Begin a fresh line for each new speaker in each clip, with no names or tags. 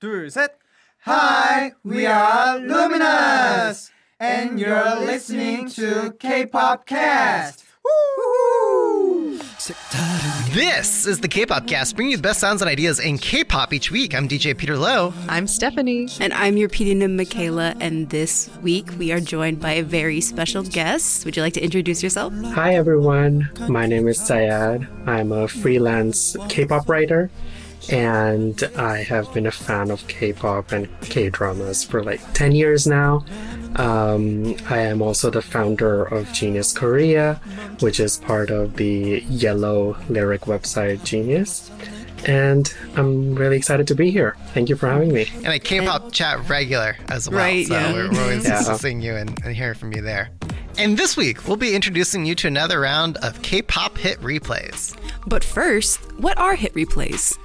둘, 셋.
Hi, we are Luminous, and you're listening to K-pop Cast.
This is the K-pop cast, bringing you the best sounds and ideas in K-pop each week. I'm DJ Peter Lowe.
I'm Stephanie.
And I'm your PDNM Michaela, and this week we are joined by a very special guest. Would you like to introduce yourself?
Hi everyone, my name is Syed. I'm a freelance K pop writer, and I have been a fan of K pop and K dramas for like 10 years now. Um, I am also the founder of Genius Korea, which is part of the yellow lyric website Genius. And I'm really excited to be here. Thank you for having me.
And a K-pop chat regular as well.
Right,
so
yeah.
we're, we're always
Yeah.
seeing you and, and hearing from you there. And this week, we'll be introducing you to another round of K-pop hit replays.
But first, what are hit replays?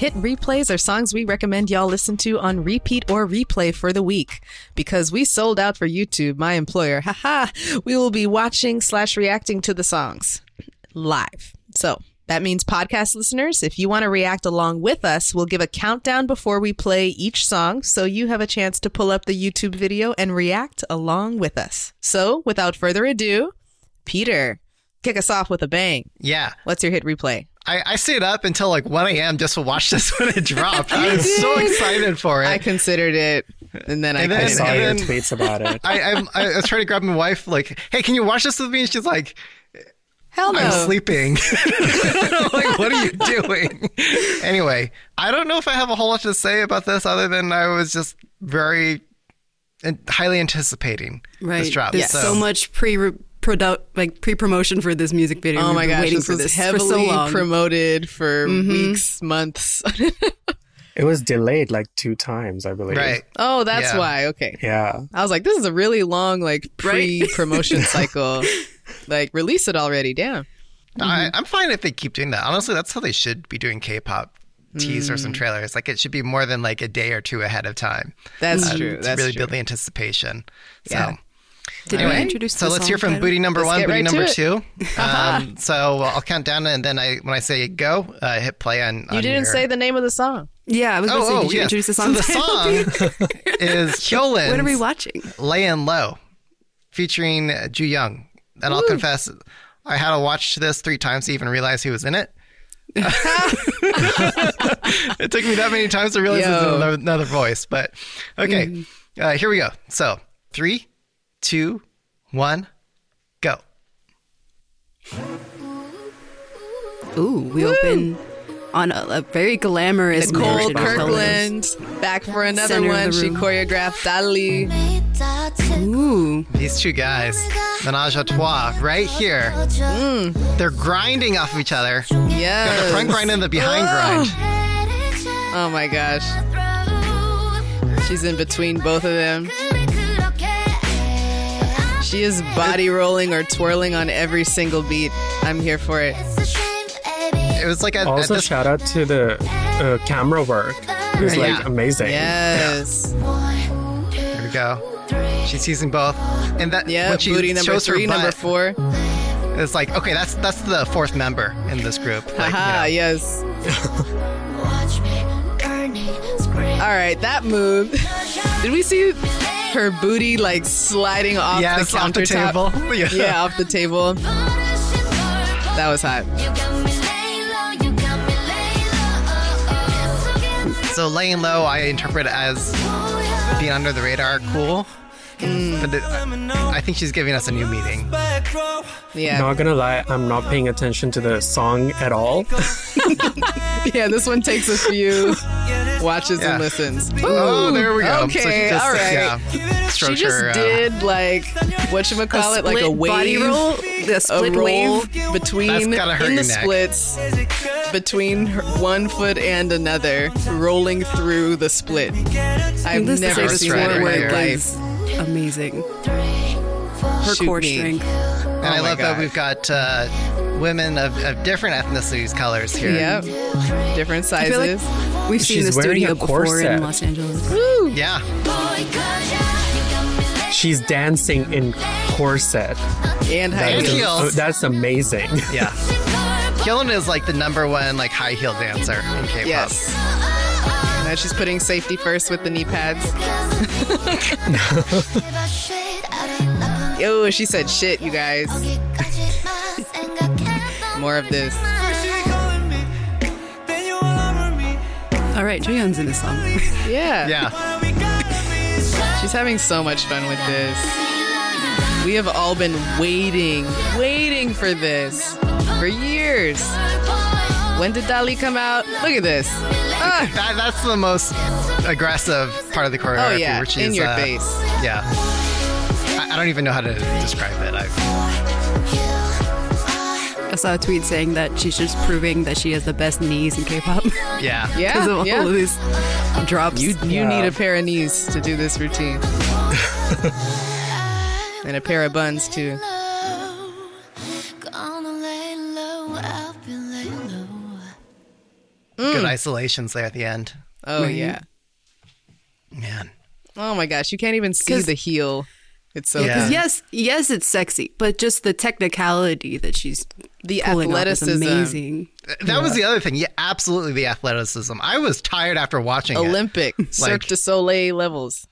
Hit replays are songs we recommend y'all listen to on repeat or replay for the week. Because we sold out for YouTube, my employer, haha, we will be watching slash reacting to the songs live. So that means podcast listeners, if you want to react along with us, we'll give a countdown before we play each song so you have a chance to pull up the YouTube video and react along with us. So without further ado, Peter, kick us off with a bang.
Yeah,
What's your hit replay?
I, I stayed up until like 1 a.m. just to watch this when it dropped. I was so excited for it.
I considered it, and then I
And then-
I
couldn't.
saw your
and then-
tweets about it.
I, I'm, I was trying to grab my wife, like, hey, can you watch this with me? And she's like,
Hell no!
I'm sleeping. I'm like, what are you doing? anyway, I don't know if I have a whole lot to say about this other than I was just very and highly anticipating
Right.
this drop.
There's so, much pre product like pre-promotion for this music video.
oh
We've
my
been
gosh,
waiting
this
for
was
this
heavily
for so long.
promoted for weeks, months.
It was delayed like two times, I believe.
right.
oh, that's
Yeah.
why. Okay,
Yeah.
I was like, this is a really long like
Right?
pre-promotion cycle. Like, release it already. Damn.
I, I'm fine if they keep doing that. Honestly, that's how they should be doing K-pop teasers and trailers. Like it should be more than like a day or two ahead of time.
That's
Um,
true.
to
That's
really
true.
build the anticipation.
Yeah.
So.
Did
Anyway,
we introduce
so
the
let's
song
hear from
title?
booty number
Let's
one,
get
booty
right to
number
it.
two. Um, so I'll count down, and then I, when I say go, uh, hit play on. Oh,
You didn't say the name of the song.
Yeah, I was going to say, did you
yes.
introduce the song?
So
title?
the song is Kyolin's
What are we watching?
Layin' Low, featuring uh, Ju Young. And I'll confess, I had to watch this three times to even realize he was in it. it took me that many times to realize it was
Yo.
another, another voice. But okay, uh, here we go. So three, two, one, go.
Ooh, we open on a, a very glamorous
Cole
mansion of colors.
Kirkland back for another
Center of
one.
the
She
room.
choreographed Dali.
Ooh,
These two guys, Menage a Trois, right here.
Mm.
They're grinding off of each other. The
Yes.
front grind and the behind grind.
Oh my gosh. She's in between both of them. She is body rolling or twirling on every single beat. I'm here for it.
It was like at, at
Also,
this
shout out to the uh, camera work. It was
Yeah.
like amazing.
Yes.
There we go. She's using both, and that
Yeah,
when she
booty number
shows
three,
her butt,
number four.
it's like okay, that's that's the fourth member in this group. Like,
Haha,
you know.
yes. All right, that move. Did we see her booty like sliding off
yeah,
the
it's off the
countertop?
table. Yeah.
Yeah, off the table. That was hot.
So laying low, I interpret as being under the radar, cool.
Hmm.
But it, I I think she's giving us a new meaning.
Yeah.
Not gonna lie, I'm not paying attention to the song at all.
Yeah, this one takes a few watches
Yeah.
and listens.
Oh,
Ooh,
there we go. So
Okay,
she just,
all right.
Yeah,
She
stroked
just
her, uh,
did like what you call it, like a
split
wave,
body roll, the split
a roll
wave.
between
That's gotta hurt
in the
your neck.
splits between her, one foot and another, rolling through the split. I've
Needless to say,
never
this
seen
right
that
floor
right
in my
here.
work
life.
is amazing. Her
Shoot
core
me.
strength.
and I
Oh my
love
God.
that we've got uh, women of, of different ethnicities, colors here.
Yep, different
I feel
sizes.
like we've seen
She's
this
wearing
studio
a
before in
corset.
Los Angeles.
Woo.
Yeah.
She's dancing in corset.
and
That
high
And
is-
heels.
heels.
oh, that's amazing.
Yeah. Kyolyn is like the number one like high heel dancer in K-pop.
Yes. Now she's putting safety first with the knee pads. Yo, she said shit, you guys. More of this.
All right, Joyeon's in this song.
Yeah.
Yeah.
She's having so much fun with this. We have all been waiting, waiting for this for years. When did Dali come out? Look at this. Ah,
That, that's the most aggressive part of the choreography.
oh yeah,
where she's,
in your
uh,
face.
Yeah. I, I don't even know how to describe it. I've,
I saw a tweet saying that she's just proving that she has the best knees in K-pop because
yeah.
Yeah,
of all
yeah.
of these drops.
You you need a pair of knees to do this routine. and a pair of buns too.
Good isolations there at the end.
Oh yeah.
Man.
Oh my gosh, you can't even see
'Cause-
the heel. It's so
Yeah.
good.
yes, yes, it's sexy, but just the technicality that she's
The
pulling off is
athleticism.
amazing.
That was the other thing. Yeah, absolutely the athleticism. I was tired after watching it.
Olympic Cirque du Soleil levels.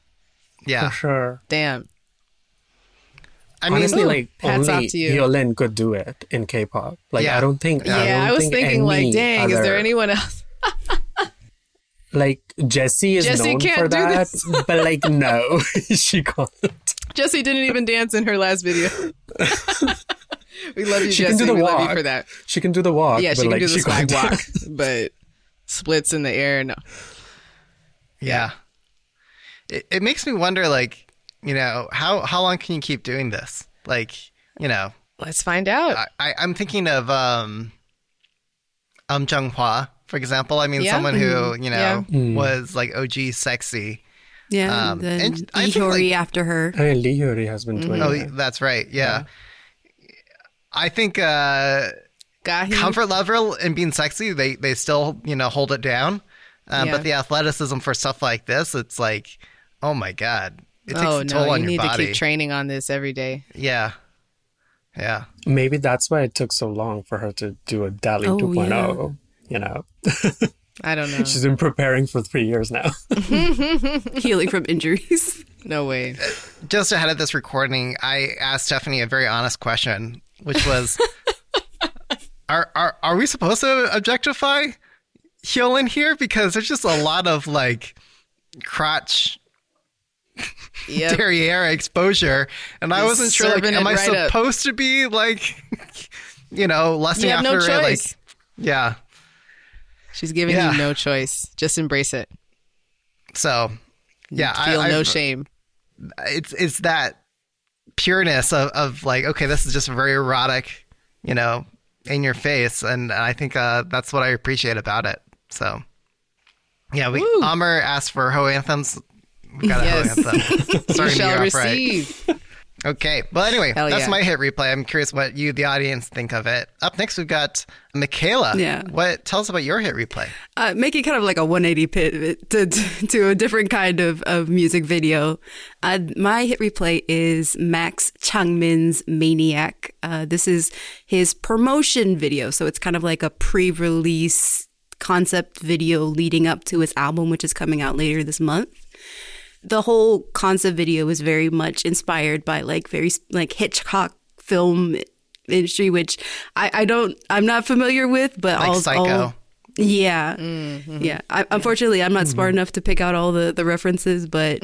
Yeah.
For sure.
Damn.
I mean,
Honestly, like
hats off
only
to you.
Yolin could do it in K-pop. Like
Yeah.
I don't think. I,
Yeah,
don't
I, was
think
thinking
any
like, dang, is there
other-
anyone else?
Like Jessie is
Jessie
known
can't
for
do
that,
this.
but like no, she can't.
Jessie didn't even dance in her last video. we love you, Jessie.
She can do the
we
walk
love you for that.
She can do the walk.
Yeah,
but
she can
like,
do the swag
can't
walk, but splits in the air. No.
yeah. It, it makes me wonder, like, you know, how, how long can you keep doing this? Like, you know,
Let's find out.
I, I, I'm thinking of um, Um Jung Hwa, for example. I mean,
Yeah. Mm-hmm.
someone who you
Yeah.
know was like OG sexy.
Yeah,
Um,
then
and I think,
Iori
like-
after her.
I mean, Lee Hyori has
Mm-hmm.
been doing
Oh,
it.
that's right. Yeah. I think uh,
Gahi.
comfort level and being sexy, they they still you know hold it down. Um,
Yeah.
But the athleticism for stuff like this, it's like, oh my god, it takes
oh
a toll
no,
on
you
your
need
body.
to keep training on this every day.
yeah, yeah.
Maybe that's why it took so long for her to do a Dali
Oh,
2.0. You know,
I don't know.
she's been preparing for three years now.
healing from injuries.
No way.
just ahead of this recording, I asked Stephanie a very honest question, which was, "Are are are we supposed to objectify Hyolyn here? Because there's just a lot of like crotch
Yep.
derriere exposure, and I
Just
wasn't sure. Like,
serving
am
it
I
right up.
supposed to be like, you know, lusting
You have
after
no
her? Like,
choice.
yeah.
She's giving
Yeah.
you no choice. Just embrace it.
So, yeah, I-
Feel
I,
no shame.
it's it's that pureness of, of like okay this is just very erotic you know in your face and i think uh, that's what i appreciate about it so yeah we Amr asked for ho anthems we got a
Yes.
ho anthem starting
You
the
shall
year off right
receive.
okay well anyway
Hell
that's
yeah.
my hit replay i'm curious what you the audience think of it up next we've got michaela
Yeah.
what tell us about your hit replay
uh, making kind of like a 180 pivot to, to a different kind of, of music video. Uh, my hit replay is Max Changmin's Maniac. Uh, this is his promotion video. So it's kind of like a pre release concept video leading up to his album, which is coming out later this month the whole concept video was very much inspired by like very like Hitchcock film industry, which I, I don't I'm not familiar with, but
Like
all,
Psycho.
all- yeah, yeah. I, unfortunately, I'm not smart enough to pick out all the the references, but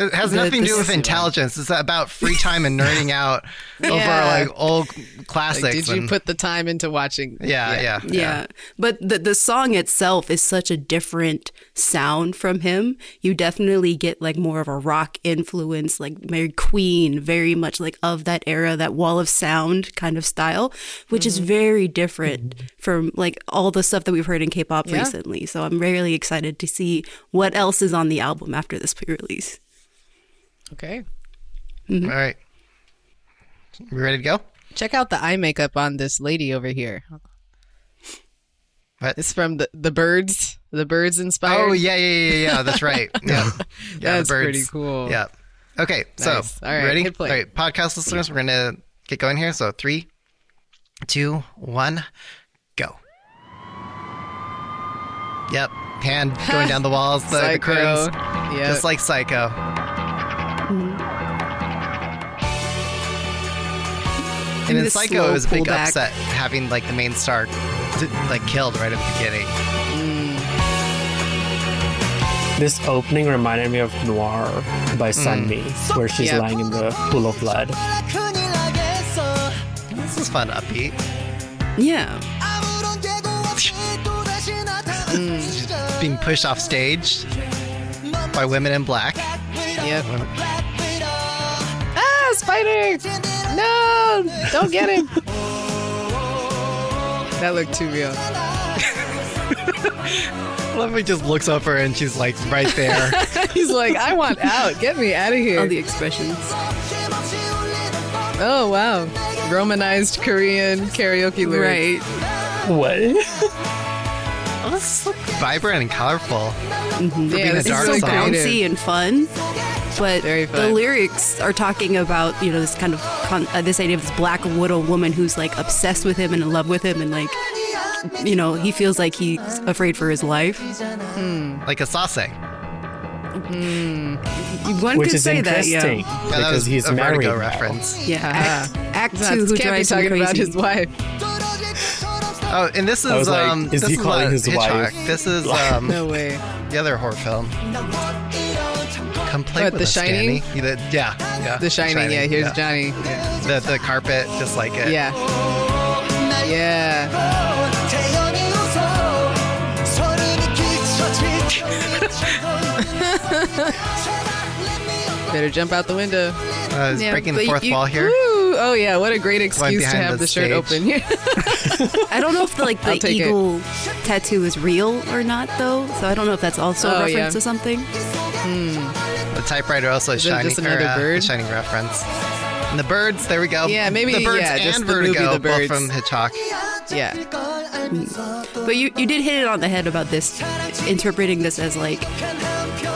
It has
The-
nothing to
the
do with
sissy one.
intelligence. It's about free time and nerding out over like old classics.
Like, did you
and-
put the time into watching?
yeah, yeah,
yeah. But the the song itself is such a different sound from him. You definitely get like more of a rock influence, like Mary Queen, very much like of that era, that wall of sound kind of style, which is very different from like all the stuff that we've heard in K-pop
Yeah.
recently. So I'm really excited to see what else is on the album after this pre-release.
Okay.
All right. We ready to go?
Check out the eye makeup on this lady over here.
What?
It's from the the birds. The birds inspired.
Oh yeah, yeah, yeah, yeah. yeah, That's right. Yeah, yeah the
That's
birds.
pretty cool.
Yeah. Okay, so
Nice. All right,
ready?
hit play.
All right, podcast listeners, we're gonna get going here. So three, two, one, go. Yep, hand going down the walls, the, the curtains,
Yeah.
just like Psycho.
Mm-hmm.
And in
the
Psycho,
slow
it was a big
pullback.
upset having like the main star d- like killed right at the beginning.
This opening reminded me of Noir by Sunmi, where she's
Yeah.
lying in the pool of blood.
This is fun, upbeat.
Yeah.
Mm,
Being pushed off stage by women in black.
Yep. Ah, spider! No! Don't get him! that looked too real.
Lovely just looks over and she's like right there.
He's like, I want out. Get me out of
All
here.
the expressions.
Oh, wow. Romanized Korean karaoke lyrics.
Right.
What?
Vibrant and colorful.
Yeah,
a
this
dark
is so
so
song.
creative.
bouncy and fun. But
Very
the
fun.
lyrics are talking about you know this kind of con- uh, this idea of this black widow woman who's like obsessed with him and in love with him and like you know he feels like he's afraid for his life.
Like a sase.
One
Which
could
is
say that, yeah.
interesting
Yeah, that
because
was
he's
a
married.
Vertigo
now.
reference.
Yeah, Act, act
Nuts.
two, who
Can't be
drives him
talking
crazy.
about his wife.
Oh, and this is
I was like,
um.
is
this
he
is
calling
not
his wife?
Hitchcock. This is um
No way.
the other horror film. Come play
What,
with
The
us,
Shining?
Danny. The- yeah, yeah.
The Shining, yeah, here's Johnny.
The the carpet, just like it.
Yeah. Yeah. Better jump out the window.
Uh, it's
Yeah,
breaking the
but
fourth
you-
wall here.
Woo! Oh yeah, what a great excuse to
behind
have
the
the, shirt
stage.
open here.
I don't know if the, like
I'll
the
take it.
eagle tattoo is real or not though, so I don't know if that's also
Oh,
a reference
yeah.
to something.
The typewriter also
it
shining.
just another
or, uh,
bird?
a shining reference. And the birds. There we go.
Yeah, maybe-
the birds
yeah,
and
just the movie
Vertigo,
The Birds.
both from Hitchcock.
yeah.
But you, you did hit it on the head about this, interpreting this as like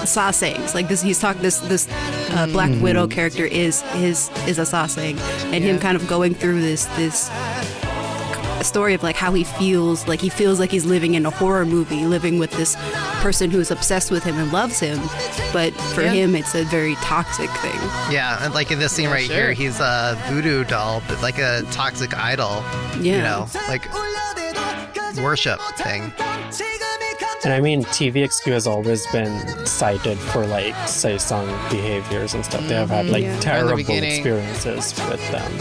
sasengs. Like this, he's talking this this uh, Black Widow character is his is a saseng, and him
Mm. Yeah.
kind of going through this this story of like how he feels. Like he feels like he's living in a horror movie, living with this person who's obsessed with him and loves him. But for
Yeah.
him, it's a very toxic thing.
Yeah, and like in this scene right
sure.
here, he's a voodoo doll, but like a toxic idol. You
Yeah.
know, like worship thing.
And I mean, TVXQ has always been cited for like Saesung behaviors and stuff. They have had like terrible
beginning.
experiences with them.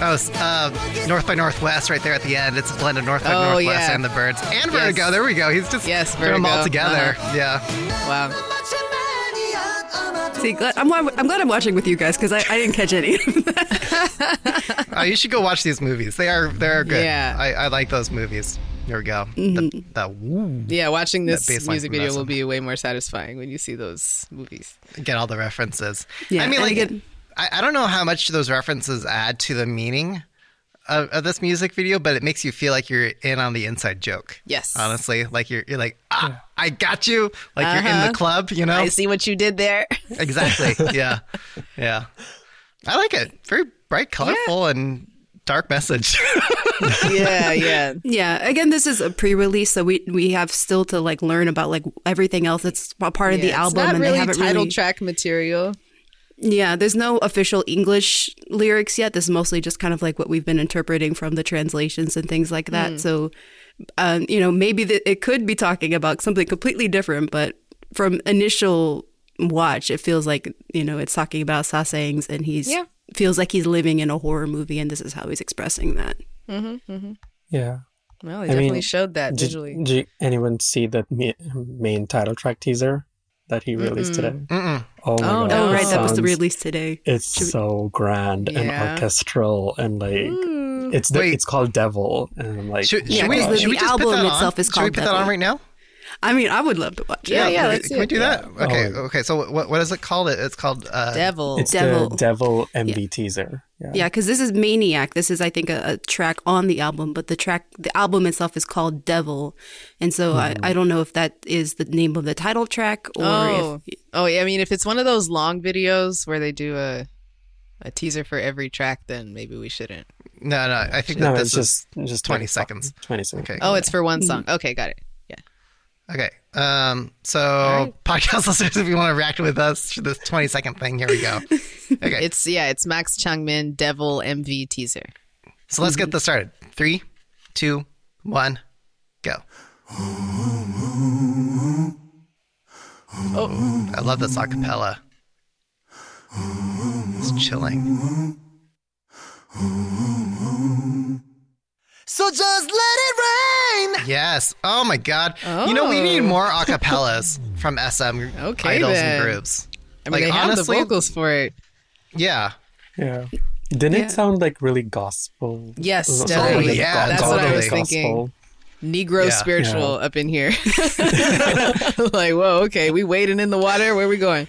Oh, s- uh, North by Northwest, right there at the end. It's a blend of North by
Oh,
Northwest
yeah.
and the birds and Vertigo. There we go. He's just
Yes,
throwing them all
Vertigo. Uh-huh.
together. Yeah,
Wow.
See, glad, I'm, wa- I'm glad I'm watching with you guys because I, I didn't catch any.
oh, you should go watch these movies. They are they are good.
Yeah. Mm-hmm.
I, I like those movies. There we go. The, the woo.
Yeah, watching this
That baseline
music
from
video
that
will
song.
be way more satisfying when you see those movies.
get all the references.
Yeah,
I mean,
and
like,
again-
I, I don't know how much those references add to the meaning of, of this music video, but it makes you feel like you're in on the inside joke.
Yes.
honestly, like you're you're like, ah, I got you. Like you're
Uh-huh.
in the club, you know?
I see what you did there.
Exactly. yeah, yeah. I like it. Very bright, colorful, and dark message.
yeah, yeah.
Yeah. Again, this is a pre-release, so we we have still to like learn about like everything else that's a part of the
Yeah,
album,
it's not
and
really
they haven't
title
really.
track material.
yeah, there's no official English lyrics yet. This is mostly just kind of like what we've been interpreting from the translations and things like
Hmm.
that. So, um, you know, maybe the, it could be talking about something completely different, but from initial watch, it feels like you know it's talking about sasangs, and he's
Yeah.
feels like he's living in a horror movie, and this is how he's expressing that.
Yeah.
Well, they
mean,
definitely showed that
Did,
visually.
did anyone see the ma- main title track teaser that he released today?
Mm-mm.
Oh, my
Oh,
God,
no.
Oh,
it
right, that was the
sounds-
release today.
It's so grand and
Yeah.
orchestral and like it's the,
Wait.
it's called Devil and I'm like
Should, should
Yeah,
we?
'cause the-
should we
the
just put
album
that on?
itself is
should we
called
put that on
Devil.
right now?
I mean, I would love to watch it.
Yeah, yeah,
can, we-
let's
can
do
we
it.
do that? Okay,
Oh.
okay. So what what is it called? It- It's called uh,
Devil.
it's
Devil.
the Devil MV teaser. Yeah.
Yeah, because this is Maniac. This is, I think, a, a track on the album, but the track, the album itself is called Devil. And so
Hmm.
I, I don't know if that is the name of the title track or
Oh,
if.
oh, yeah. I mean, if it's one of those long videos where they do a a teaser for every track, then maybe we shouldn't.
No, no. I think that
No,
this
it's
is
just it's just
20
K-pop.
seconds.
20 seconds.
Okay.
Oh, it's for one song. Okay, got it. Yeah.
Okay. Um, so, podcast listeners, if you want to react with us to this 20 second thing, here we go. Okay.
It's yeah, it's Max Changmin Devil MV teaser.
so, let's get this started. Three, two, one, go. Oh, I love this acapella. It's chilling.
So just let it rain.
Yes. Oh my God. You know, we need more acapellas from SM
Oh. Okay,
idols
then.
and groups.
I mean,
Like,
they have
honestly-
the vocals for it.
Yeah.
Yeah. Didn't
Yeah.
it sound like really gospel?
Yes,
Something
definitely.
like
Yeah,
go-
that's what I
gospel-
was
thinking. Negro
Yeah.
spiritual up in here. like, whoa, okay, we wading in the water. Where we going?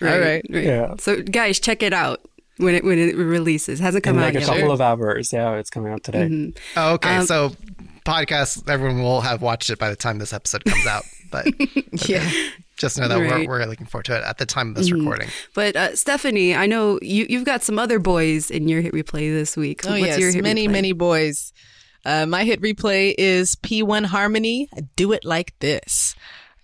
All right.
Yeah.
So guys, check it out when it when it releases. hasn't come
In
out
like a
yet.
couple of hours. Yeah, it's coming out today.
Oh, okay.
Um,
so podcast, everyone will have watched it by the time this episode comes out. But
Yeah.
just know that
Right.
we're, we're looking forward to it at the time of this
Mm-hmm.
recording.
But uh, Stephanie, I know you you've got some other boys in your hit replay this week.
Oh
What's
yes,
your hit
many
replay?
many boys. Uh, my hit replay is P1 Harmony. Do it like this,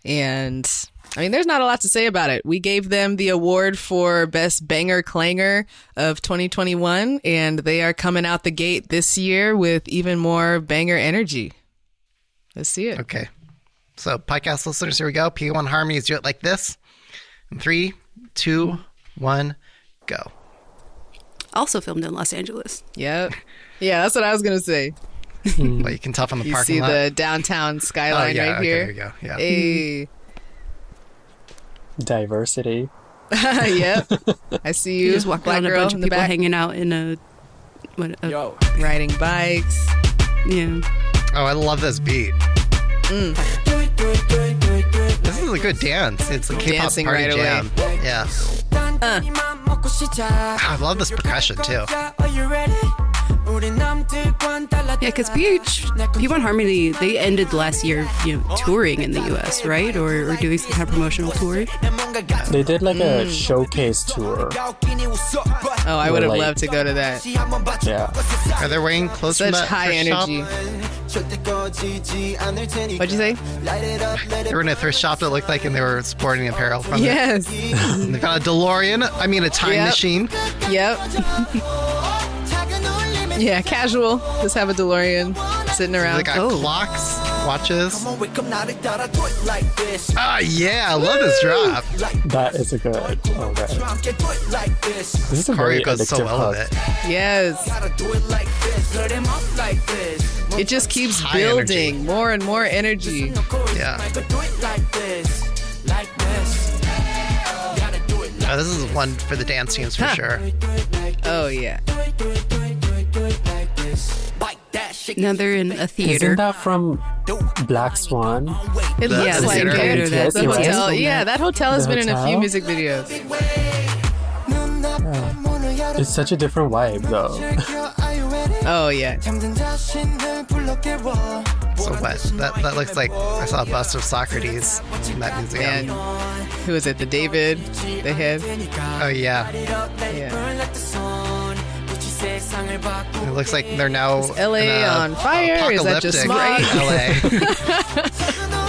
and I mean, there's not a lot to say about it. We gave them the award for best banger clanger of 2021, and they are coming out the gate this year with even more banger energy. Let's see it.
Okay. So, podcast listeners, here we go. P1 Harmonies do it like this. In three, two, one, go.
Also filmed in Los Angeles.
Yep. Yeah, that's what I was gonna say.
Well, you can tell from the
You
parking
see
lot.
the downtown
oh,
skyline
yeah.
right
okay,
here.
There you go. Yeah.
Hey.
Diversity.
yep. I see you.
You just walk
Black
around a
girl
bunch
in
of
the
people
back.
hanging out in a what a,
Yo,
riding bikes.
yeah.
Oh, I love this beat.
Mm.
This is a good dance. It's a K-pop
Dancing
party
right away.
jam. Yeah.
Oh,
Ah, I love this percussion too.
Yeah, because PH P1 Harmony they ended last year, you know, touring in the U.S. right, or, or doing some kind of promotional tour.
They did like
Hmm.
a showcase tour.
Oh, I would have
Relate.
loved to go to that.
Yeah.
Are they wearing clothes
Such
from that
high
thrift shop?
energy. What'd you say?
They were in a thrift shop that looked like, and they were sporting apparel from it.
Yes.
And they found a DeLorean. I mean, a time
Yep.
machine.
Yep. Yeah, casual. Just have a DeLorean sitting
They
around.
got
Oh,
clocks, watches. Ah, yeah, I love this drop.
That is a good. Oh, God. This is a very
Mario goes so
addictive
well with
hook.
it.
yes. It just keeps
High
building more and more energy.
Yeah. Oh, this is one for the dance teams for
Huh.
sure.
Oh yeah.
Now they're in a
Isn't
theater.
that from Black Swan?
It
The-
looks
the
like
theater?
it.
Theater, that-
The
that's
hotel.
awesome.
Yeah, that hotel has
The
been in a few
hotel?
music videos.
It's such a different vibe, though.
Oh yeah.
So what? That, that looks like I saw a bust of Socrates in that
And
museum.
who is it? The David, the head.
Oh yeah,
Yeah.
it looks like they're now
Is LA
in a
on fire? Is that just
apocalyptic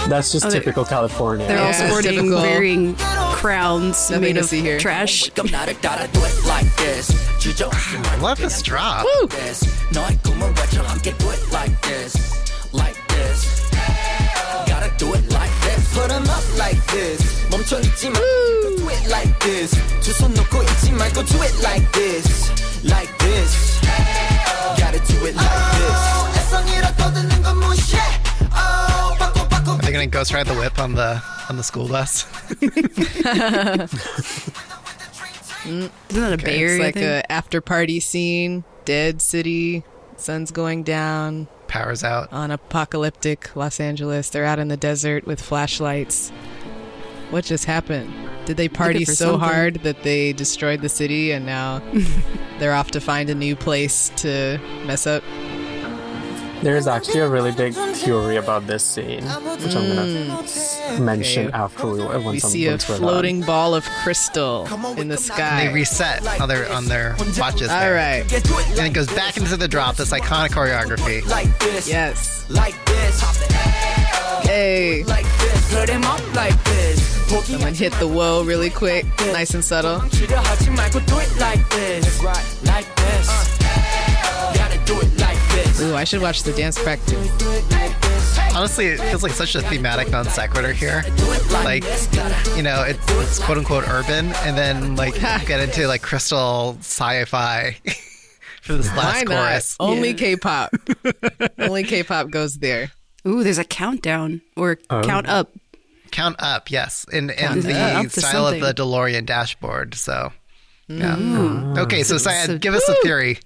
LA?
That's just
Oh, they-
typical California.
They're all
Yeah, it's
sporting
typical.
wearing crowns
Nothing
made
to
of
see here.
trash.
I love this drop. Are they gonna ghost ride the whip on the on the school bus?
Isn't that a Bay
It's
Area
like
thing?
a after party scene. Dead city. Sun's going down
Powers out.
on apocalyptic Los Angeles. They're out in the desert with flashlights. What just happened? Did they party
for
so
something.
hard that they destroyed the city and now they're off to find a new place to mess up?
There's actually a really big theory about this scene, which I'm gonna mention
Hmm. Okay.
after we once
We
I'm-
see a
once we're done.
floating ball of crystal in the sky.
They reset on their on their watches.
All
there.
right.
and it goes back into the drop. This iconic choreography.
Like this.
Yes.
Like this.
Hey.
Like this. Blur them up like this.
Someone hit the whoa really quick, nice and subtle.
지를 하지 말고 do it like this. Like this. Gotta do it like this.
Ooh, I should watch the dance practice.
Honestly, it feels like such a thematic non sequitur here. Like, you know, it's, it's quote unquote urban, and then like you get into like crystal sci-fi for this
Why
last
not?
chorus.
Only K-pop. Only K-pop goes there.
Ooh, there's a countdown or count up.
Count up, yes, in in
Count
the
up to
style of the
something.
DeLorean dashboard. So, yeah.
Mm.
Okay, so Syed, give us a theory.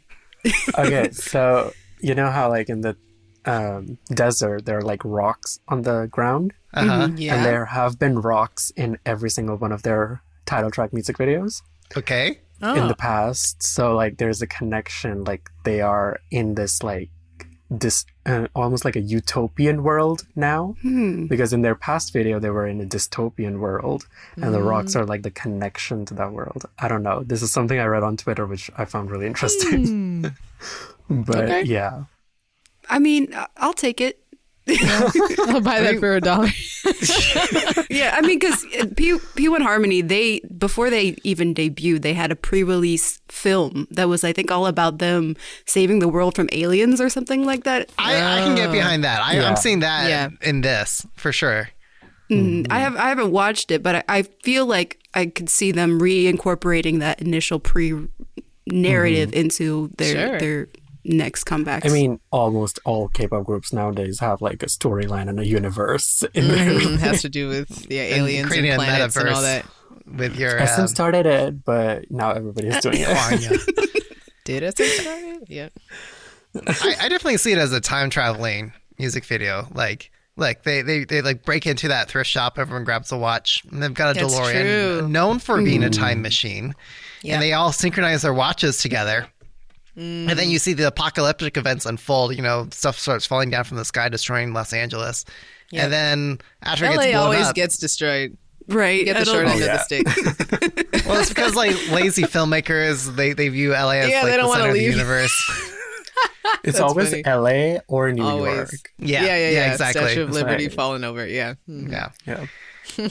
okay, so you know how like in the um, desert there are like rocks on the ground,
Uh-huh.
and
Mm-hmm, Yeah.
there have been rocks in every single one of their title track music videos
Okay.
in
Oh.
the past. So like there's a connection, like they are in this like this uh, almost like a utopian world now
Hmm.
because in their past video they were in a dystopian world and the
Mm.
rocks are like the connection to that world i don't know this is something i read on twitter which i found really interesting but
Hmm. Okay.
yeah
I mean, I- I'll take it.
I'll buy that for a dollar.
Yeah, I mean, because P P1 Harmony, they before they even debuted, they had a pre-release film that was, I think, all about them saving the world from aliens or something like that.
I, I can get behind that. I, I'm seeing that
Uh, Yeah.
in this for sure.
Mm, I have I haven't watched it, but I, I feel like I could see them reincorporating that initial pre narrative into their
Mm-hmm. Sure.
their next comebacks.
I mean, almost all K-pop groups nowadays have like a storyline and a universe. In there.
It has to do with yeah, aliens and,
creating a
planets and all that.
metaverse. With your
SM
um,
started it, but now everybody is doing it.
Did I say that? Yeah.
I, I definitely see it as a time traveling music video. Like, like they, they they like break into that thrift shop. Everyone grabs a watch. And they've got a
That's
DeLorean,
true.
known for being a time machine,
Yeah.
and they all synchronize their watches together.
Mm.
And then you see the apocalyptic events unfold. You know, stuff starts falling down from the sky, destroying Los Angeles. And then after it
LA
gets blown
always
up,
gets destroyed.
right?
Get
I
the
don't-
short end
Oh,
of the
yeah.
stick.
well, it's because like lazy filmmakers, they, they view LA as
Yeah,
like
they don't
the
wanna
center of the
leave.
universe.
It's always
funny.
LA or New
Always.
York.
Yeah,
yeah, yeah, yeah.
exactly. Mm-hmm.
Statue of Liberty
right.
falling over. Yeah. Mm.
Yeah.
Yeah.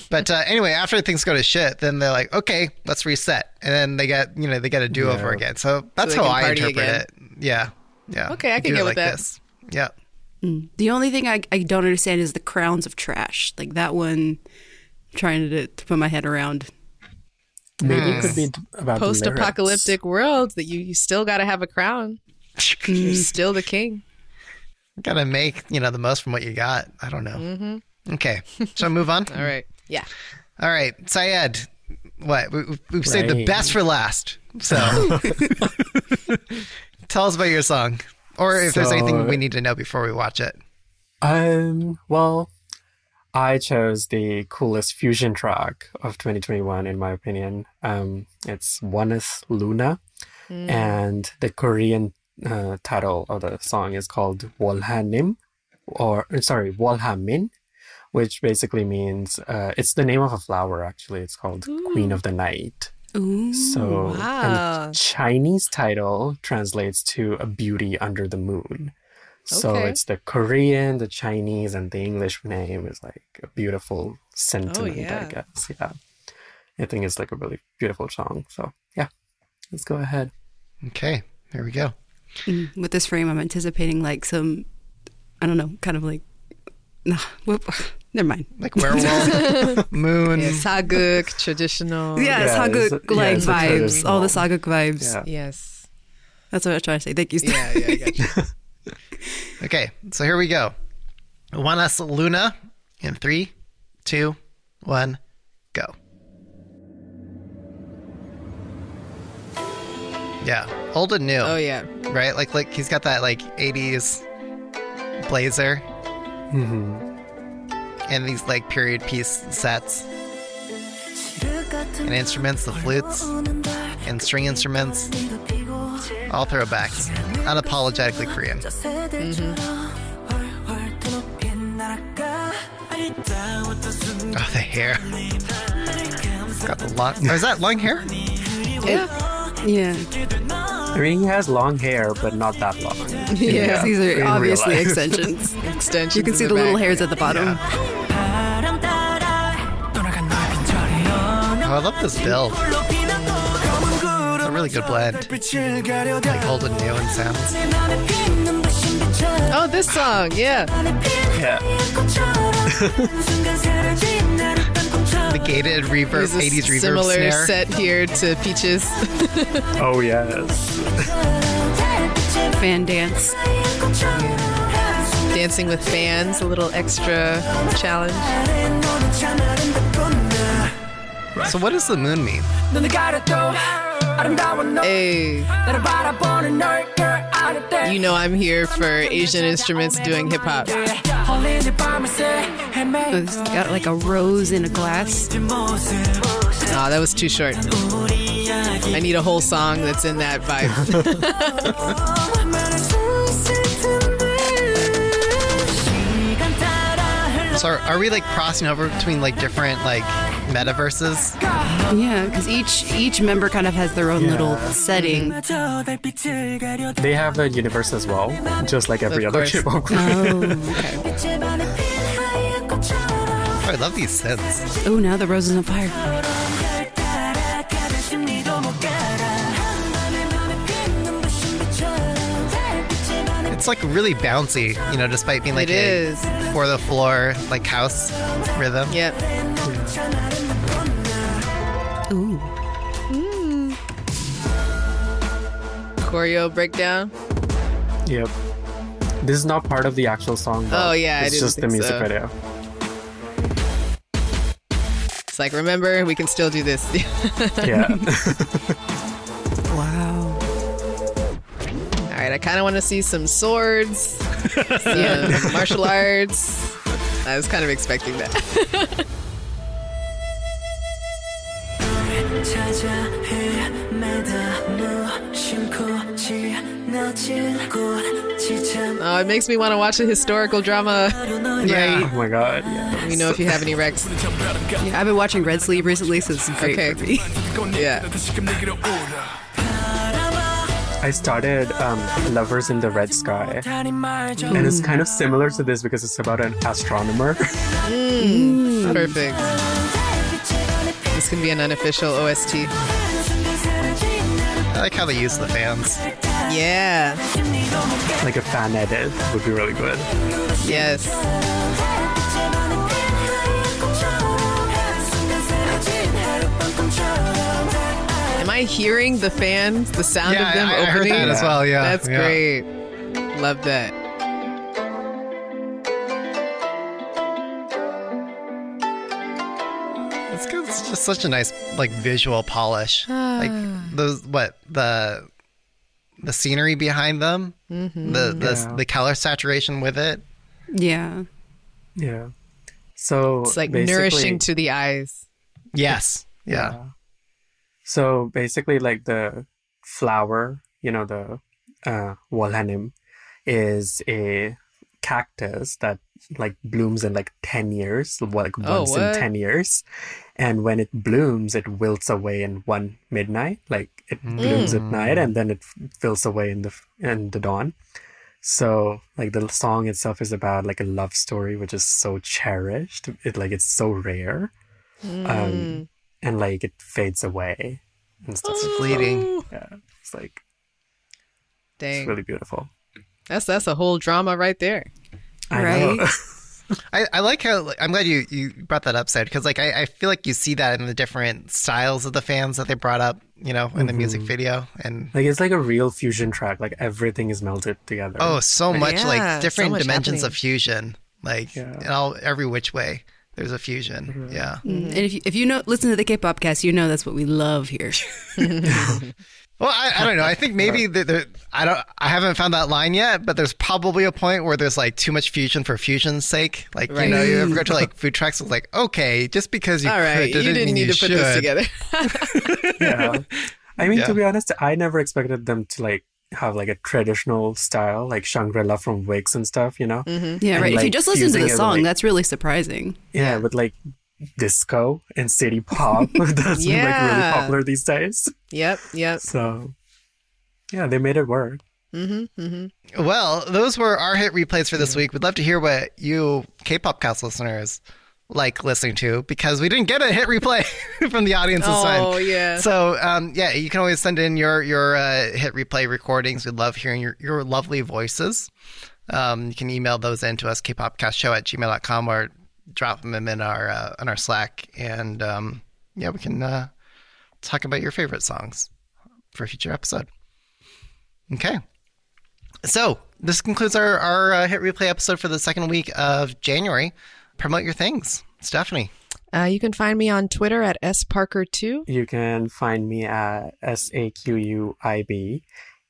But uh, anyway, after things go to shit, then they're like, okay, let's reset, and then they get you know they get a do over
Yeah.
again. So that's
they
how
can
I
party
interpret
again.
it. Yeah, yeah.
Okay, I can
Do it
get with that.
This. Yeah,
The only thing I, I don't understand is the crowns of trash. Like that one, I'm trying to, to put my head around.
Maybe it could be d- about the lyrics.
Post-apocalyptic world that you, you still got to have a crown. You're still the king.
gotta make you know the most from what you got. I don't know. Mm-hmm. Okay, so move on.
All right. Yeah.
All right, Syed. What we, we- we've saved the
Right.
best for last. So tell us about your song, or if there's
So-
anything we need to know before we watch it.
Um. Well, I chose the coolest fusion track of 2021, in my opinion. Um, it's One Is Luna, and the Korean uh, title of the song is called Wolhanim, or uh, sorry, Wolhamin, which basically means uh, it's the name of a flower. Actually, it's called Queen of the Night.
Ooh.
So,
wow.
and the Chinese title translates to a beauty under the moon. So
Okay.
it's the Korean, the Chinese, and the English name is like a beautiful sentiment,
Oh, yeah.
I guess. Yeah. I think it's like a really beautiful song. So yeah, let's go ahead.
Okay, here we go.
Mm, with this frame, I'm anticipating like some, I don't know, kind of like, nah, whoop, never mind.
Like werewolf, moon.
Saguk traditional.
Yeah,
Yeah,
saguk
it's- yeah,
like
it's a
vibes, all the
traditional-
saguk vibes.
Yeah.
Yes.
That's what I was trying to say. Thank you.
Yeah. Yeah. I got you.
Okay, so here we go. One us Luna in three, two, one, go. Yeah, old and new,
oh yeah.
right? Like, like he's got that like '80s blazer and these like period piece sets and instruments, the flutes and string instruments, all throwbacks, unapologetically Korean.
Mm-hmm.
Oh, hair. Got the long. Or is that long hair?
Yeah.
Ring has long hair, but not that long.
Yeah. These
in
are
real
obviously
life.
extensions.
Extensions.
You can
in
see the little
back.
hairs at the bottom.
바람 따라 떠나간 넓은 저리
Oh, I love this build. It's
홀로 피는 검은 구름
a really good blend. Like old and new and sounds.
내 맘에 피는 부신 빛처럼
Oh, this song. Yeah.
내 피는
Yeah.
하얀 꽃처럼 순간 사라진 아름다운
The
꿈처럼
gated reverb,
There's a
80s reverb
similar
snare.
set here to Peaches.
Oh, yes.
달빛에
Fan dance.
하얀 꽃처럼 한순간
Dancing with fans, a little extra challenge.
아래 너는 참 아름답구나
So what does the moon mean?
눈을 가렸던 아름다운 너
Hey,
나를 바라보는 널 girl out of there
you know I'm here for Asian instruments doing hip hop.
홀린 이 밤을 새 헤매는
It's got like a rose in a glass.
모습
Aw, that was too short. I need a whole song that's in that vibe.
말할 수 있을 텐데 시간 따라 흘러
So are, are we like crossing over between like different like metaverses?
Yeah, because each each member kind of has their own little setting.
저 달빛을 가려다
They have a universe as well, just like every
Of
other
course. Uh-huh.
K-pop group.
제발에 핀 하얀 꽃처럼
Oh, I love these synths.
Oh, now the rose is on fire.
널 따라가는 심리도 못 가라 한밤에 맘에 피는 부신 빛처럼 달빛에 반해
It's like really bouncy, you know, despite being like
It
a
is.
for the floor like house rhythm.
Yep.
Ooh.
Hmm. Choreo breakdown.
Yep. This is not part of the actual song.
Oh,
Though.
yeah, I
it's
didn't
just the
think
music
so.
video.
It's like, remember, we can still do this.
Yeah.
Wow.
All right, I kind of want to see some swords, some martial arts. I was kind of expecting that.
찾아 헤매다 무심코 지나친 꽃이 참
Oh, it makes me want to watch a historical drama.
바로 널
oh my god. Yeah.
Let me know if you have any recs.
Yeah, I've been watching Red Sleeve recently, so it's great
Okay.
for me.
Yeah.
I started um, Lovers in the Red Sky,
다니 말좀
and it's kind of similar to this because it's about an astronomer.
Perfect.
달빛에 반해 피는
This can be an unofficial OST.
순간 사라진
I like how they use the fans.
Yeah.
심리도 못 가라
like a fan edit would be really good.
Yes.
달빛에 반해 핀 하얀 꽃처럼 한순간 사라진 하룻밤 꿈처럼
Am I hearing the fans, the sound
Yeah,
of them
I, I heard
opening?
that as well. Yeah,
That's
yeah.
great. Love that.
It's, good. it's just such a nice like visual polish. like those what the the scenery behind them,
Mm-hmm.
the the,
Yeah.
the color saturation with it.
Yeah.
Yeah. So
It's like
basically-
nourishing to the eyes.
Yes. Yeah.
So basically, like the flower, you know, the uh, Walhanim is a cactus that like blooms in like 10 years, like
Oh,
once in
what?
10 years. And when it blooms, it wilts away in one midnight, like it
Hmm.
blooms at night and then it f- wilts away in the, f- in the dawn. So like the song itself is about like a love story, which is so cherished. It like, it's so rare. Um, and like it fades away and stuff.
It's fleeting.
Yeah, it's like
Dang.
it's really beautiful.
that's that's a whole drama right there.
I know.
Right?
I, I like how like, I'm glad you, you brought that up, Sid, because like I, I feel like you see that in the different styles of the fans that they brought up, you know, in the music video, and
like it's like a real fusion track. Like everything is melted together.
oh, so much
Yeah, so
like different
much
dimensions
happening.
of fusion, like
Yeah.
in all every which way. There's a fusion. Yeah.
And if you, if you know listen to the K-pop cast, you know that's what we love here.
Well, I, I don't know. I think maybe that there, I don't. I haven't found that line yet, but there's probably a point where there's like too much fusion for fusion's sake. Like
Right.
you know, you ever go to like food trucks? It's like okay, just because you
All right,
could,
you
didn't mean
didn't need
you
to put this
should.
together.
yeah. I mean,
Yeah.
to be honest, I never expected them to like have like a traditional style, like Shangri La from Wix and stuff. You know.
Yeah,
And,
right. if you
like,
just listen to
fusing
the
it with,
song,
like-
that's really surprising.
Yeah, with like disco and city pop that's been like really
Yeah.
popular these days.
Yep, yep.
So yeah, they made it work.
Well, those were our hit replays for this week. We'd love to hear what you K-pop cast listeners like listening to because we didn't get a hit replay from the audience this time.
Oh, yeah.
So um, yeah, you can always send in your your uh, hit replay recordings. We love hearing your, your lovely voices. Um, you can email those in to us kpopcastshow at gmail.com or drop them in our uh, on our Slack and um, yeah, we can uh, talk about your favorite songs for a future episode. Okay. So this concludes our, our uh, hit replay episode for the second week of January. Promote your things, Stephanie.
Uh, you can find me on Twitter at sparker2.
You can find me at S A Q U I B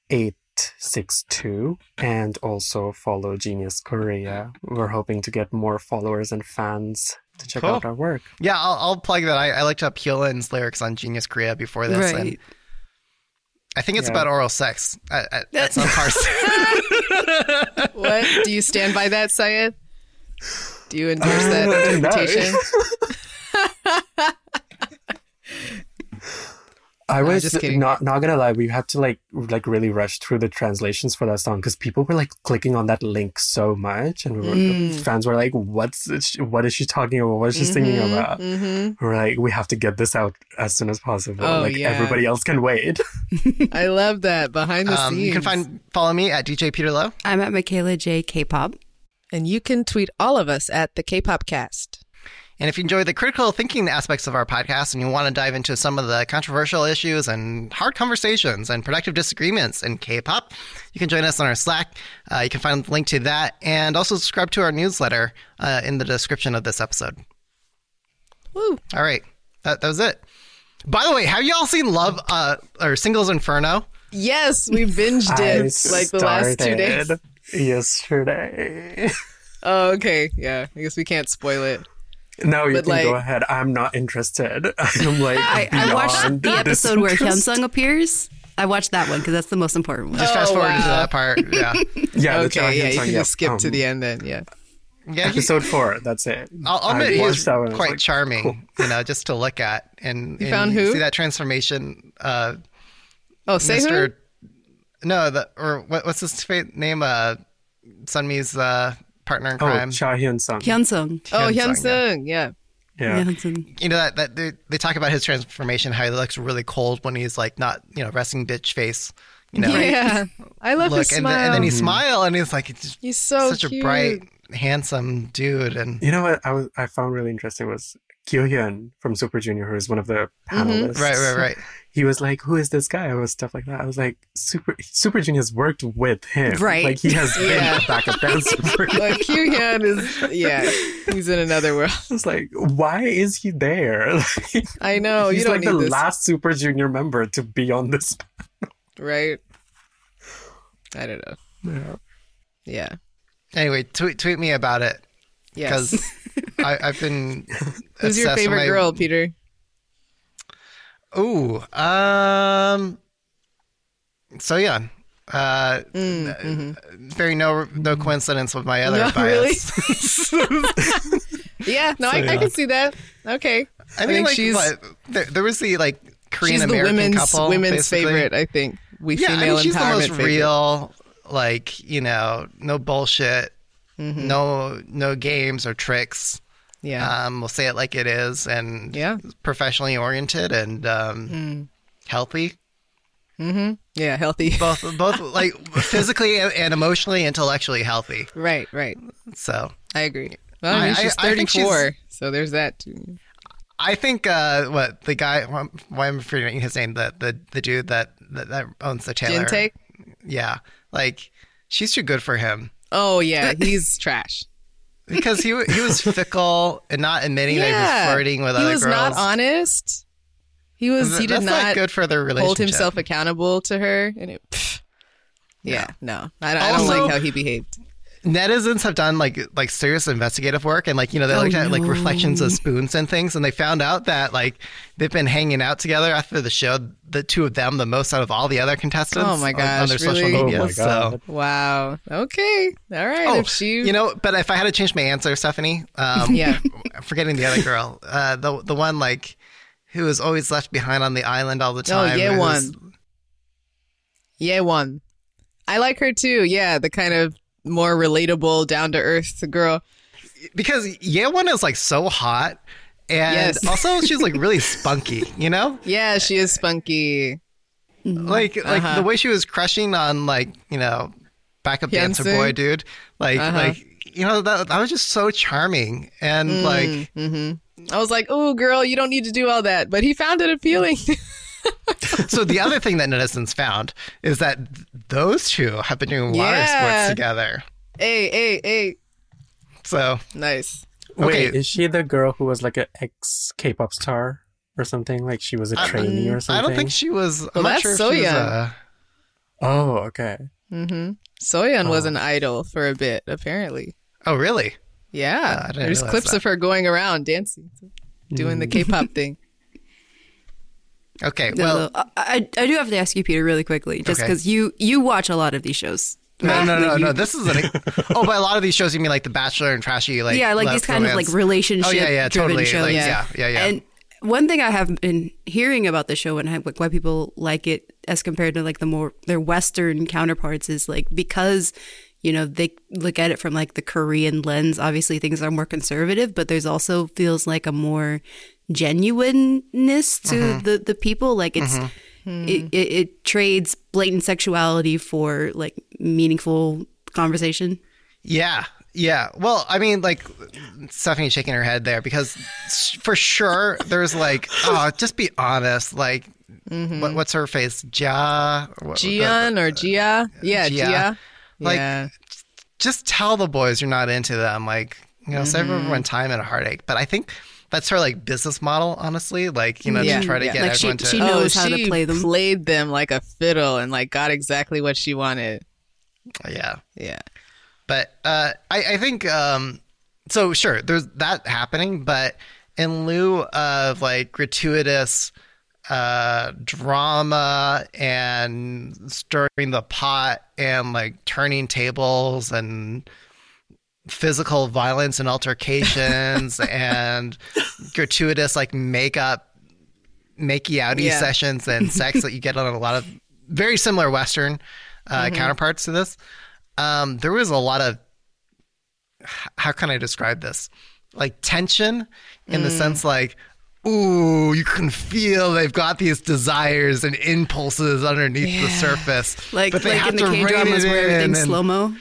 eight six two and also follow Genius Korea. We're hoping to get more followers and fans to check out
Cool.
our work.
Yeah, I'll, I'll plug that. I, I looked up Hyolin's lyrics on Genius Korea before this, and
Right.
I think it's
Yeah.
about oral sex. I, I, that's not parse.
What? Do you stand by that, Syed? Do you endorse that
Uh, no.
interpretation?
I was
just kidding.
not not gonna lie. We had to like r- like really rush through the translations for that song because people were like clicking on that link so much, and we were,
Mm.
fans were like, "What's this sh- what is she talking about? What is she singing
Mm-hmm,
about?" We're like, "We have to get this out as soon as possible.
Oh,
like
yeah.
everybody else can wait."
I love that behind the
um,
scenes.
you can find follow me at DJ Peter Lowe.
I'm at Michaela J K-pop.
and you can tweet all of us at the K-pop cast.
And if you enjoy the critical thinking aspects of our podcast and you want to dive into some of the controversial issues and hard conversations and productive disagreements in K pop, you can join us on our Slack. Uh, you can find the link to that and also subscribe to our newsletter uh, in the description of this episode.
Woo.
All right. That, that was it. By the way, have you all seen Love uh, or Singles Inferno?
Yes, we binged it like the last two days.
started yesterday.
Oh, okay. Yeah. I guess we can't spoil it.
no, you
But,
can go
like-
ahead. I'm not interested. I'm like
I, I watched
beyond
the episode where
disinterest.
Hyunsung appears. I watched that one because that's the most important one.
Just fast forward
Oh, wow.
to that part. Yeah.
Yeah, the Chang
okay, yeah, you
Hyunsung,
can just skip to
um,
the end then. Yeah.
yeah he-
episode four. That's it.
I'll, I'll
I
admit
watched
he's
that one, I was
quite
like,
charming, you know, just to look at and, and
found who?
see that transformation. Uh,
Oh, say who?
Mr. No, the or what, what's his fa- name? Uh, Sunmi's uh, partner in
Oh,
crime.
Cha Hyun Sung.
Hyunsung.
Hyun
Oh, Hyun
Sung, yeah.
Sung. Yeah.
Yeah.
Hyunsung.
you know that, that they, they talk about his transformation, how he looks really cold when he's like not, you know, resting bitch face. You know,
Yeah. I love
look,
his
and,
smile.
then, and then he smile and he's like, it's just
He's so
such a
cute.
bright, handsome dude, and
You know what I was I found really interesting was Kyo Hyun from Super Junior, who is one of the
Mm-hmm.
panelists.
right, right, right.
He was like, "Who is this guy?" or stuff like that. I was like, "Super Super Junior's worked with him,
Right.
Like he has been
Yeah.
the backup dancer for him."
Like Hugh Hyun is, yeah, he's in another world.
I was like, "Why is he there?" Like,
I
Oh,
know
he's
you don't
like
need
the
this,
last Super Junior member to be on this.
right? I don't know. Yeah,
Anyway, tweet tweet me about it
yeah.
because I've been.
who's
obsessed
your
with
favorite
my-
girl, Peter?
Ooh. Um. So yeah. Uh,
Mm,
very no no coincidence with my other
mm-hmm. No,
bias.
Yeah, no, I, I can see that. Okay,
I mean,
think
like
she's
what, there, there was the like Korean
she's the
American
women's
couple,
women's
basically.
favorite. I think we
Yeah, I
female
mean, she's the
empowerment
most
favorite.
real. Like you know, no bullshit,
Mm-hmm.
no no games or tricks.
Yeah,
Um, we'll say it like it is, and
Yeah. Mm.
professionally oriented and um, healthy.
yeah, healthy.
both both like physically and emotionally intellectually healthy
right, right.
so
I agree. Well, I
I-
mean, she's
I- I think she's-
34, so there's that. Too.
i think uh what the guy why am i forgetting his name the the, the dude that, that that owns the tailor
Gin take?
yeah like she's too good for him
Oh yeah, he's trash.
because he wa- he was fickle and not admitting that he
yeah,
was flirting with
he
other
was
girls
not honest. He was. He did
That's
not
good for their relationship
hold himself accountable to her, and it. pff. yeah, no, I, don't- I don't
Also-
like how he behaved.
netizens have done like like serious investigative work and like you know
Oh,
they looked at like reflections of spoons and things and they found out that like they've been hanging out together after the show the two of them the most out of all the other contestants
Oh my
on- on,
gosh,
their
really?
social media
Oh my
so
God.
Wow. Okay. All right.
Oh,
if she,
you know but if i had to change my answer stephanie um
Yeah.
I'm forgetting the other girl uh the the one like who is always left behind on the island all the
Oh,
time
yeah,
who's-
one. Yeah, one. I like her too. Yeah, the kind of more relatable, down to earth girl.
because Yeon is like so hot, and
Yes.
also she's like really spunky. You know,
Yeah, she
Uh,
is spunky.
Mm-hmm. like like
Uh-huh.
the way she was crushing on like you know backup dancer
Hyunsu.
boy dude. Like
Uh-huh.
like you know that that was just so charming and
Mm.
like
I was like, "Oh, girl, you don't need to do all that," but he found it appealing.
so the other thing that netizens found is that th- those two have been doing water
Yeah.
sports together.
hey, hey, hey!
So
Nice.
okay,
Wait, is she the girl who was like an ex K-pop star or something? Like she was a trainee or
Um, I
something.
don't think she was. I'm
Well,
not
that's
sure if
so
she was,
young.
uh,
Oh, okay.
Soyeon was an idol for a bit, apparently.
oh really?
Yeah,
I didn't
there's
realize
clips
that. Mm.
of her going around dancing, doing the K-pop thing.
Okay,
No,
well.
no. I, I I do have to ask you, Peter, really quickly, just
Okay.
because you you watch a lot of these shows.
No,
right?
no,
Like
no,
you-
no. This is an. Oh, by a lot of these shows, you mean like The Bachelor and trashy, like
yeah, like
love
these kind of
romance.
like relationship.
Oh yeah, yeah,
driven
totally.
Shows.
Like, yeah, yeah, yeah.
And one thing I have been hearing about the show and how- like why people like it as compared to like the more their Western counterparts is like because you know they look at it from like the Korean lens. Obviously, things are more conservative, but there's also feels like a more genuineness to
Mm-hmm.
the the people. Like it's. It, it, it trades blatant sexuality for like meaningful conversation.
yeah, yeah. Well, I mean, like Stephanie shaking her head there because s- for sure there's like, oh, just be honest. Like, what, what's her face? Ja. what-
Gian or Gia? Yeah,
Gia.
Gia.
Like,
yeah.
just tell the boys you're not into them. Like, you know, save everyone time and a heartache. But I think that's her like business model, honestly. Like, you know,
Yeah.
to try to get
Like, she-
everyone to.
she knows how to play them.
Oh, Played them like a fiddle and like got exactly what she wanted.
yeah.
Yeah.
But uh, I, I think um, so. Sure, there's that happening, but in lieu of like gratuitous uh, drama and stirring the pot and like turning tables and physical violence and altercations and gratuitous like makeup makey outy
Yeah.
sessions and sex that you get on a lot of very similar Western uh, counterparts to this. Um, there was a lot of h- how can I describe this? Like tension in
Mm.
the sense like, ooh, you can feel they've got these desires and impulses underneath the surface.
Like
but they
like
have
in the
to rein
K dramas
it
where
in
everything's
and-
slow mo.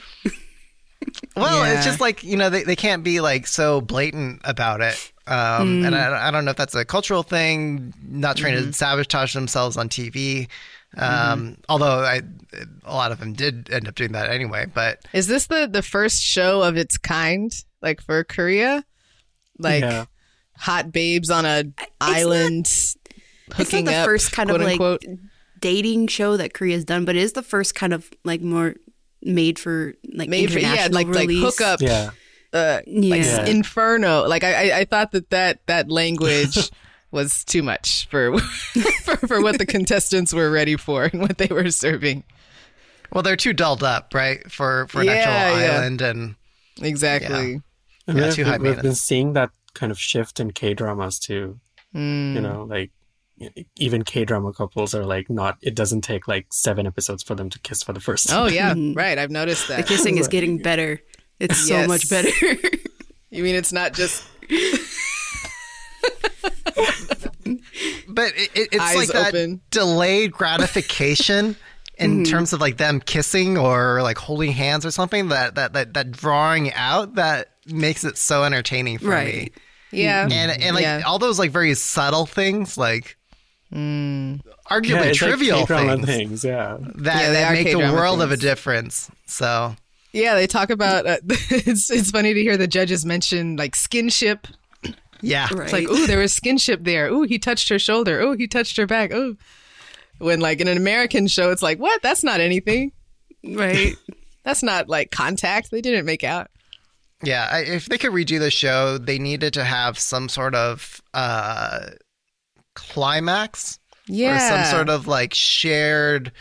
well,
Yeah.
it's just like you know they, they can't be like so blatant about it, um, and
Mm.
I, I don't know if that's a cultural thing. Not trying
Mm-hmm.
to sabotage themselves on TV, um, although I a lot of them did end up doing that anyway. But
Is this the the first show of its kind like for Korea? Like
yeah.
hot babes on a island hooking
it's not the
up,
first kind
quote
of like
unquote.
dating show that Korea's done, but it is the first kind of like more made for like
made for yeah,
international
like
release.
like hookup
Yeah.
uh,
Yeah.
like
Yeah.
inferno. Like I, I, I thought that that that language was too much for, for for what the contestants were ready for and what they were serving.
well, they're too dulled up, right, for for an actual
Yeah, yeah.
island, and
Exactly.
And
Yeah,
we've,
too high
we've been
maintenance.
seeing that kind of shift in K dramas too.
Hmm.
You know, like e- even K drama couples are like not. It doesn't take like seven episodes for them to kiss for the first time.
Oh yeah,
Mm-hmm.
right. I've noticed that.
Kissing is getting better. It's so
Yes.
much better.
You mean it's not just
but it, it, it's
Eyes
like that
open. Mm-hmm.
delayed gratification. In terms of like them kissing or like holding hands or something, that that that, that drawing out that makes it so entertaining for me.
Right. Mm-hmm.
yeah?
and and like
Yeah.
all those like very subtle things like
Yeah,
arguably
it's like
trivial
K-drama
things,
things. Yeah.
that,
Mm. Yeah, they
that
are
make the
K-drama
world of a
things.
difference so
Yeah, they talk about. Uh, it's it's funny to hear the judges mention like skinship.
yeah
Right.
It's like, ooh, there was skinship there. Ooh, he touched her shoulder. Ooh, he touched her back. Ooh. When like in an American show, it's like, what? That's not anything.
right.
That's not like contact. They didn't make out.
Yeah, I, if they could redo the show, they needed to have some sort of uh, climax or
Yeah.
some sort of like shared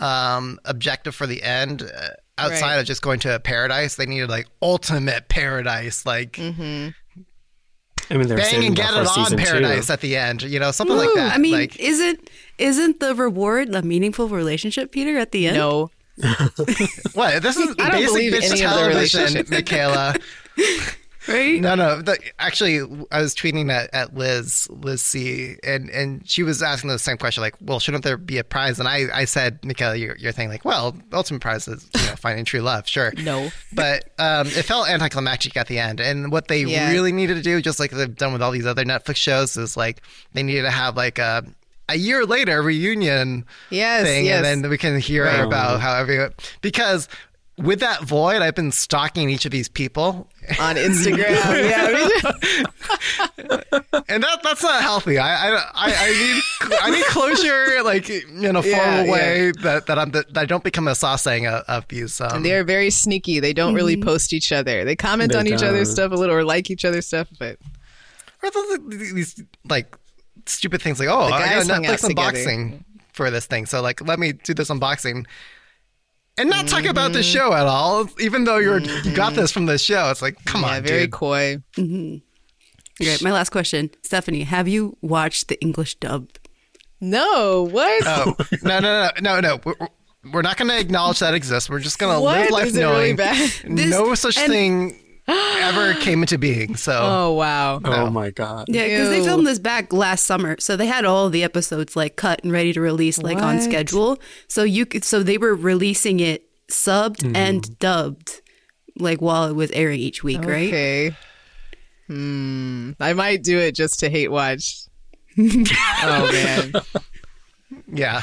um, objective for the end. Uh, outside
Right.
of just going to a paradise, they needed like ultimate paradise, like
Mm-hmm.
I mean, they're
bang
saving
and
that
get
for
it on
season two.
paradise at the end, you know, something like that.
I mean,
like,
isn't isn't the reward a meaningful relationship, Peter? At the end,
No.
what? This is
don't
basic
believe
bitch
any of their
television,
relationship.
Michaela.
right?
No, no. The, actually, I was tweeting at, at Liz, Liz C, and, and she was asking the same question, like, well, shouldn't there be a prize? And I, I said, Michaela, your, your thing, like, well, the ultimate prize is you know, finding true love, sure.
No.
But um, it felt anticlimactic at the end. And what they
Yeah.
really needed to do, just like they've done with all these other Netflix shows, is like they needed to have like a, a year later reunion
Yes,
thing,
yes.
and then we can hear about how everyone, because with that void, I've been stalking each of these people
On Instagram. yeah. we did.
and that that's not healthy. I I, I, I need I need closure, like in a formal
Yeah, yeah.
way that that I'm that I don't become a saucing of, of these. Um,
They are very sneaky. They don't really post each other. They comment
They
on each other's
don't.
stuff a little or like each other's stuff, but
or those, these like stupid things like oh I got
guys hung out
Netflix
together.
unboxing for this thing, so like let me do this unboxing. And not talk about
Mm-hmm.
the show at all, even though you're you got this from the show. It's like, come
yeah,
on,
very
dude.
coy.
Okay, my last question, Stephanie. Have you watched the English dub?
No, what?
Oh, no, no, no, no, no. We're, we're- we're not going to acknowledge that exists. We're just going to
What?
live life
Is it really
knowing
bad?
no such
and-
thing ever came into being. So
oh wow.
Oh my god.
Yeah, because they
Ew.
filmed this back last summer, so they had all the episodes like cut and ready to release like on
What?
schedule. So you could, so they were releasing it subbed
Mm-hmm.
and dubbed, like while it was airing each week, right?
Okay. Hmm. I might do it just to hate watch. oh man.
yeah.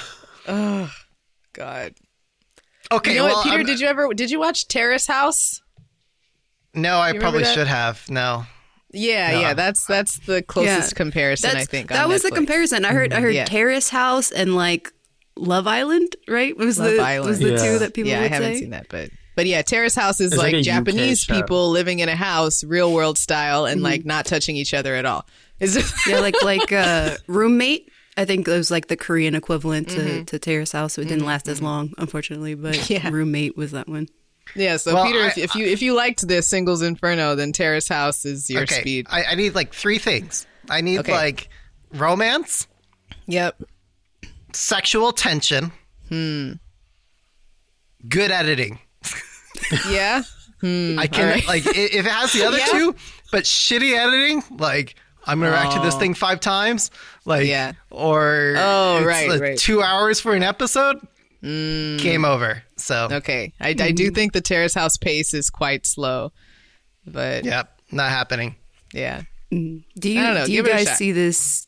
God.
Okay.
You know
well,
what, Peter?
I'm-
Did you ever? Did you watch Terrace House?
no, I
remember
probably
that?
should have. No.
Yeah, yeah. That's that's the closest comparison I
That's-
think.
that
on
was the
Netflix. Mm-hmm.
comparison. I heard I heard
Yeah.
Terrace House and like Love Island, right? It was
Love
the
Island.
was the
Yeah.
two that people
Yeah,
would
I haven't
say.
seen that, but but yeah, Terrace House is
It's
like,
like a UK
Japanese
show.
people living in a house, real world style, and like not touching each other at all. Is it?
yeah, like like uh, roommate. I think it was like the Korean equivalent to, to Terrace House. So it didn't last as long, unfortunately. But
Mm-hmm. Yeah.
roommate was that one.
Yeah. So
Well,
Peter,
I-
if, if you if you liked this Singles Inferno, then Terrace House is your
okay.
speed.
I, I need like three things. I need
Okay.
like romance,
Yep.
sexual tension, hmm, good editing.
Yeah.
I can
right.
like i- if it has the other
Hmm, Yeah.
two, but shitty editing, like I'm gonna react to this thing five times, like
Oh. Yeah.
or
Oh,
it's,
right,
like,
right. Hmm.
two hours for an episode, game over. So
Okay. I, I
Mm-hmm.
do think the Terrace House pace is quite slow, but yeah.
yep, not happening.
Do you
don't know.
do you
Give it a
guys
shot.
see this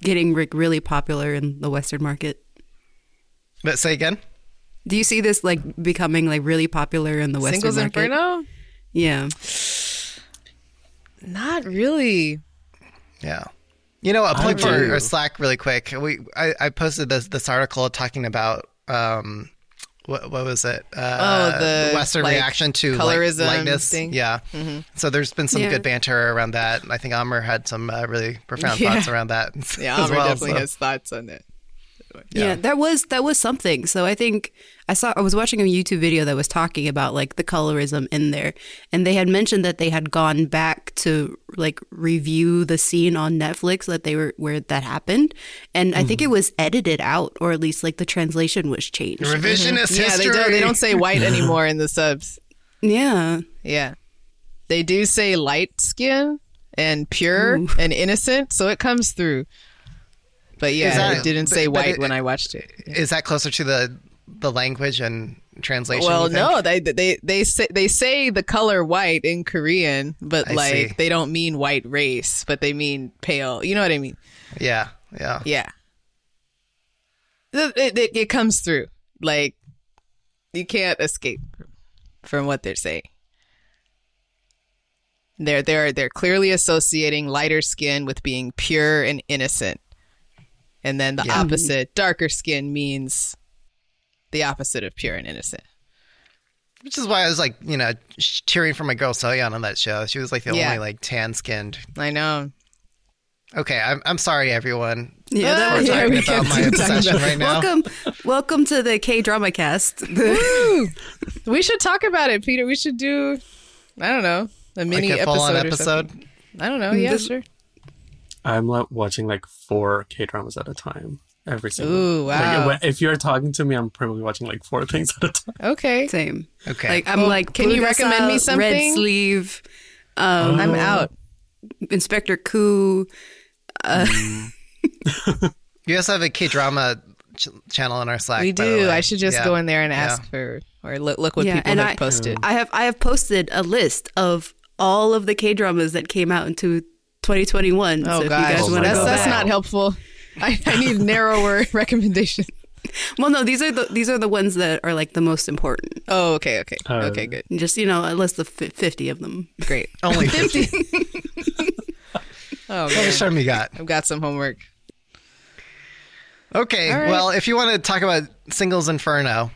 getting like really popular in the Western market?
But say again.
Do you see this like becoming like really popular in the Western
Singles
market?
Inferno?
Yeah,
Not really.
Yeah. You know, a plug for
do.
our Slack really quick. We I, I posted this this article talking about um what what was it? Uh,
Oh, the,
Western
like,
reaction to
colorism
colorism lightness.
thing. Mm-hmm.
Yeah. So there's been some
Yeah.
good banter around that. and I think Amr had some uh, really profound
Yeah.
thoughts around that.
Yeah,
as
Amber
well,
definitely
so.
has thoughts on it.
yeah, That was that was something. So I think I saw I was watching a YouTube video that was talking about like the colorism in there, and they had mentioned that they had gone back to like review the scene on Netflix that they were where that happened, and I think
Mm-hmm.
it was edited out, or at least like the translation was changed.
Revisionist
Mm-hmm. Yeah, they
history.
don't, they don't say white anymore in the subs.
Yeah,
Yeah. They do say light skin and pure and innocent, so it comes through. But yeah,
that-
it didn't say
but- but
white
it-
when I watched it.
Is that closer to the the language and translation?
Well,
you think?
no, they they they say they say the color white in Korean, but
I
like
see.
they don't mean white race, but they mean pale. You know what I mean?
Yeah. Yeah.
Yeah. It, it, it- it comes through. Like, you can't escape from what they're saying. They're, they're, they're clearly associating lighter skin with being pure and innocent. And then the opposite, darker skin, means the opposite of pure and innocent.
Which is why I was like, you know, sh- cheering for my girl Soyeon on that show. She was like the
Yeah.
only like tan skinned.
I know.
Okay, I'm I'm sorry everyone.
Yeah, that
We're
was-
talking
we
about
can't
my
do that.
obsession right now.
Welcome, welcome to the K drama cast.
We should talk about it, Peter. We should do, I don't know, a
Like
mini
a
episode.
full on
or
episode.
something. I don't know. Yeah,
this-
sure.
I'm like watching like four K dramas at a time every single.
Ooh, wow.
Like, if you're talking to me, I'm probably watching like four things at a time.
Okay.
Same.
Okay.
Like I'm
Well,
like,
can you
Blue
recommend me
Gasa,
something?
Red Sleeve, um,
I'm out.
Inspector Coup.
You also have a K drama ch- channel in our Slack.
We
by the
do.
way.
I should just
Yeah.
go in there and
Yeah.
ask for, or look, look what
Yeah,
people
and
have
I-
posted.
I have I have posted a list of all of the K dramas that came out into 2021. so
Oh
if
gosh,
you guys want to
that's,
go
that's
back-
not helpful. I, I need narrower recommendation.
Well, no, these are the these are the ones that are like the most important.
Oh, okay, okay,
Uh,
okay, good,
Just you know, a list of fi- 50 of them.
great.
Only
Fifty. oh man,
Which one we got?
I've got some homework.
Okay.
All right.
Well, if you want to talk about Singles Inferno,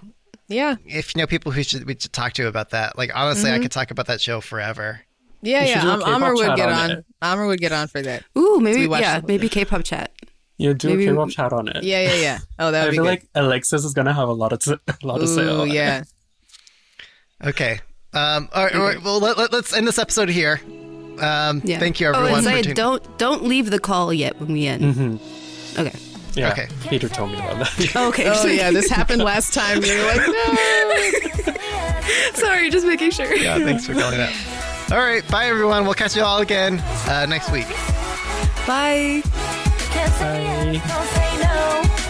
Yeah,
if you know people who should we should talk to about that, like honestly,
Mm-hmm.
I could talk about that show forever.
yeah,
should do a
yeah. Um,
K-pop
Amr would
chat
get
on
on.
it.
Amr would get on for that.
Ooh,
we
maybe
watch
yeah,
some of
maybe K-pop chat.
You do
Maybe-
a K-pop chat on it.
Yeah, yeah, yeah. Oh, that
I
would be
feel
good.
like Alexis is gonna have a lot of s- a lot of say
Ooh,
on it.
yeah.
Okay. Um, all right, all right, well, let, us end this episode here. Um,
Yeah.
Thank you, everyone.
Oh, and
for
Zaya,
tuning-
don't don't leave the call yet when we end.
Mm-hmm.
Okay.
Yeah.
Okay.
Peter told me about that.
Okay.
Oh yeah, this happened last time. You were like, no.
Sorry, just making sure.
Yeah, thanks for calling up. All right. Bye, everyone. We'll catch you all again uh, next week.
Bye.
Can't say yes, don't say no.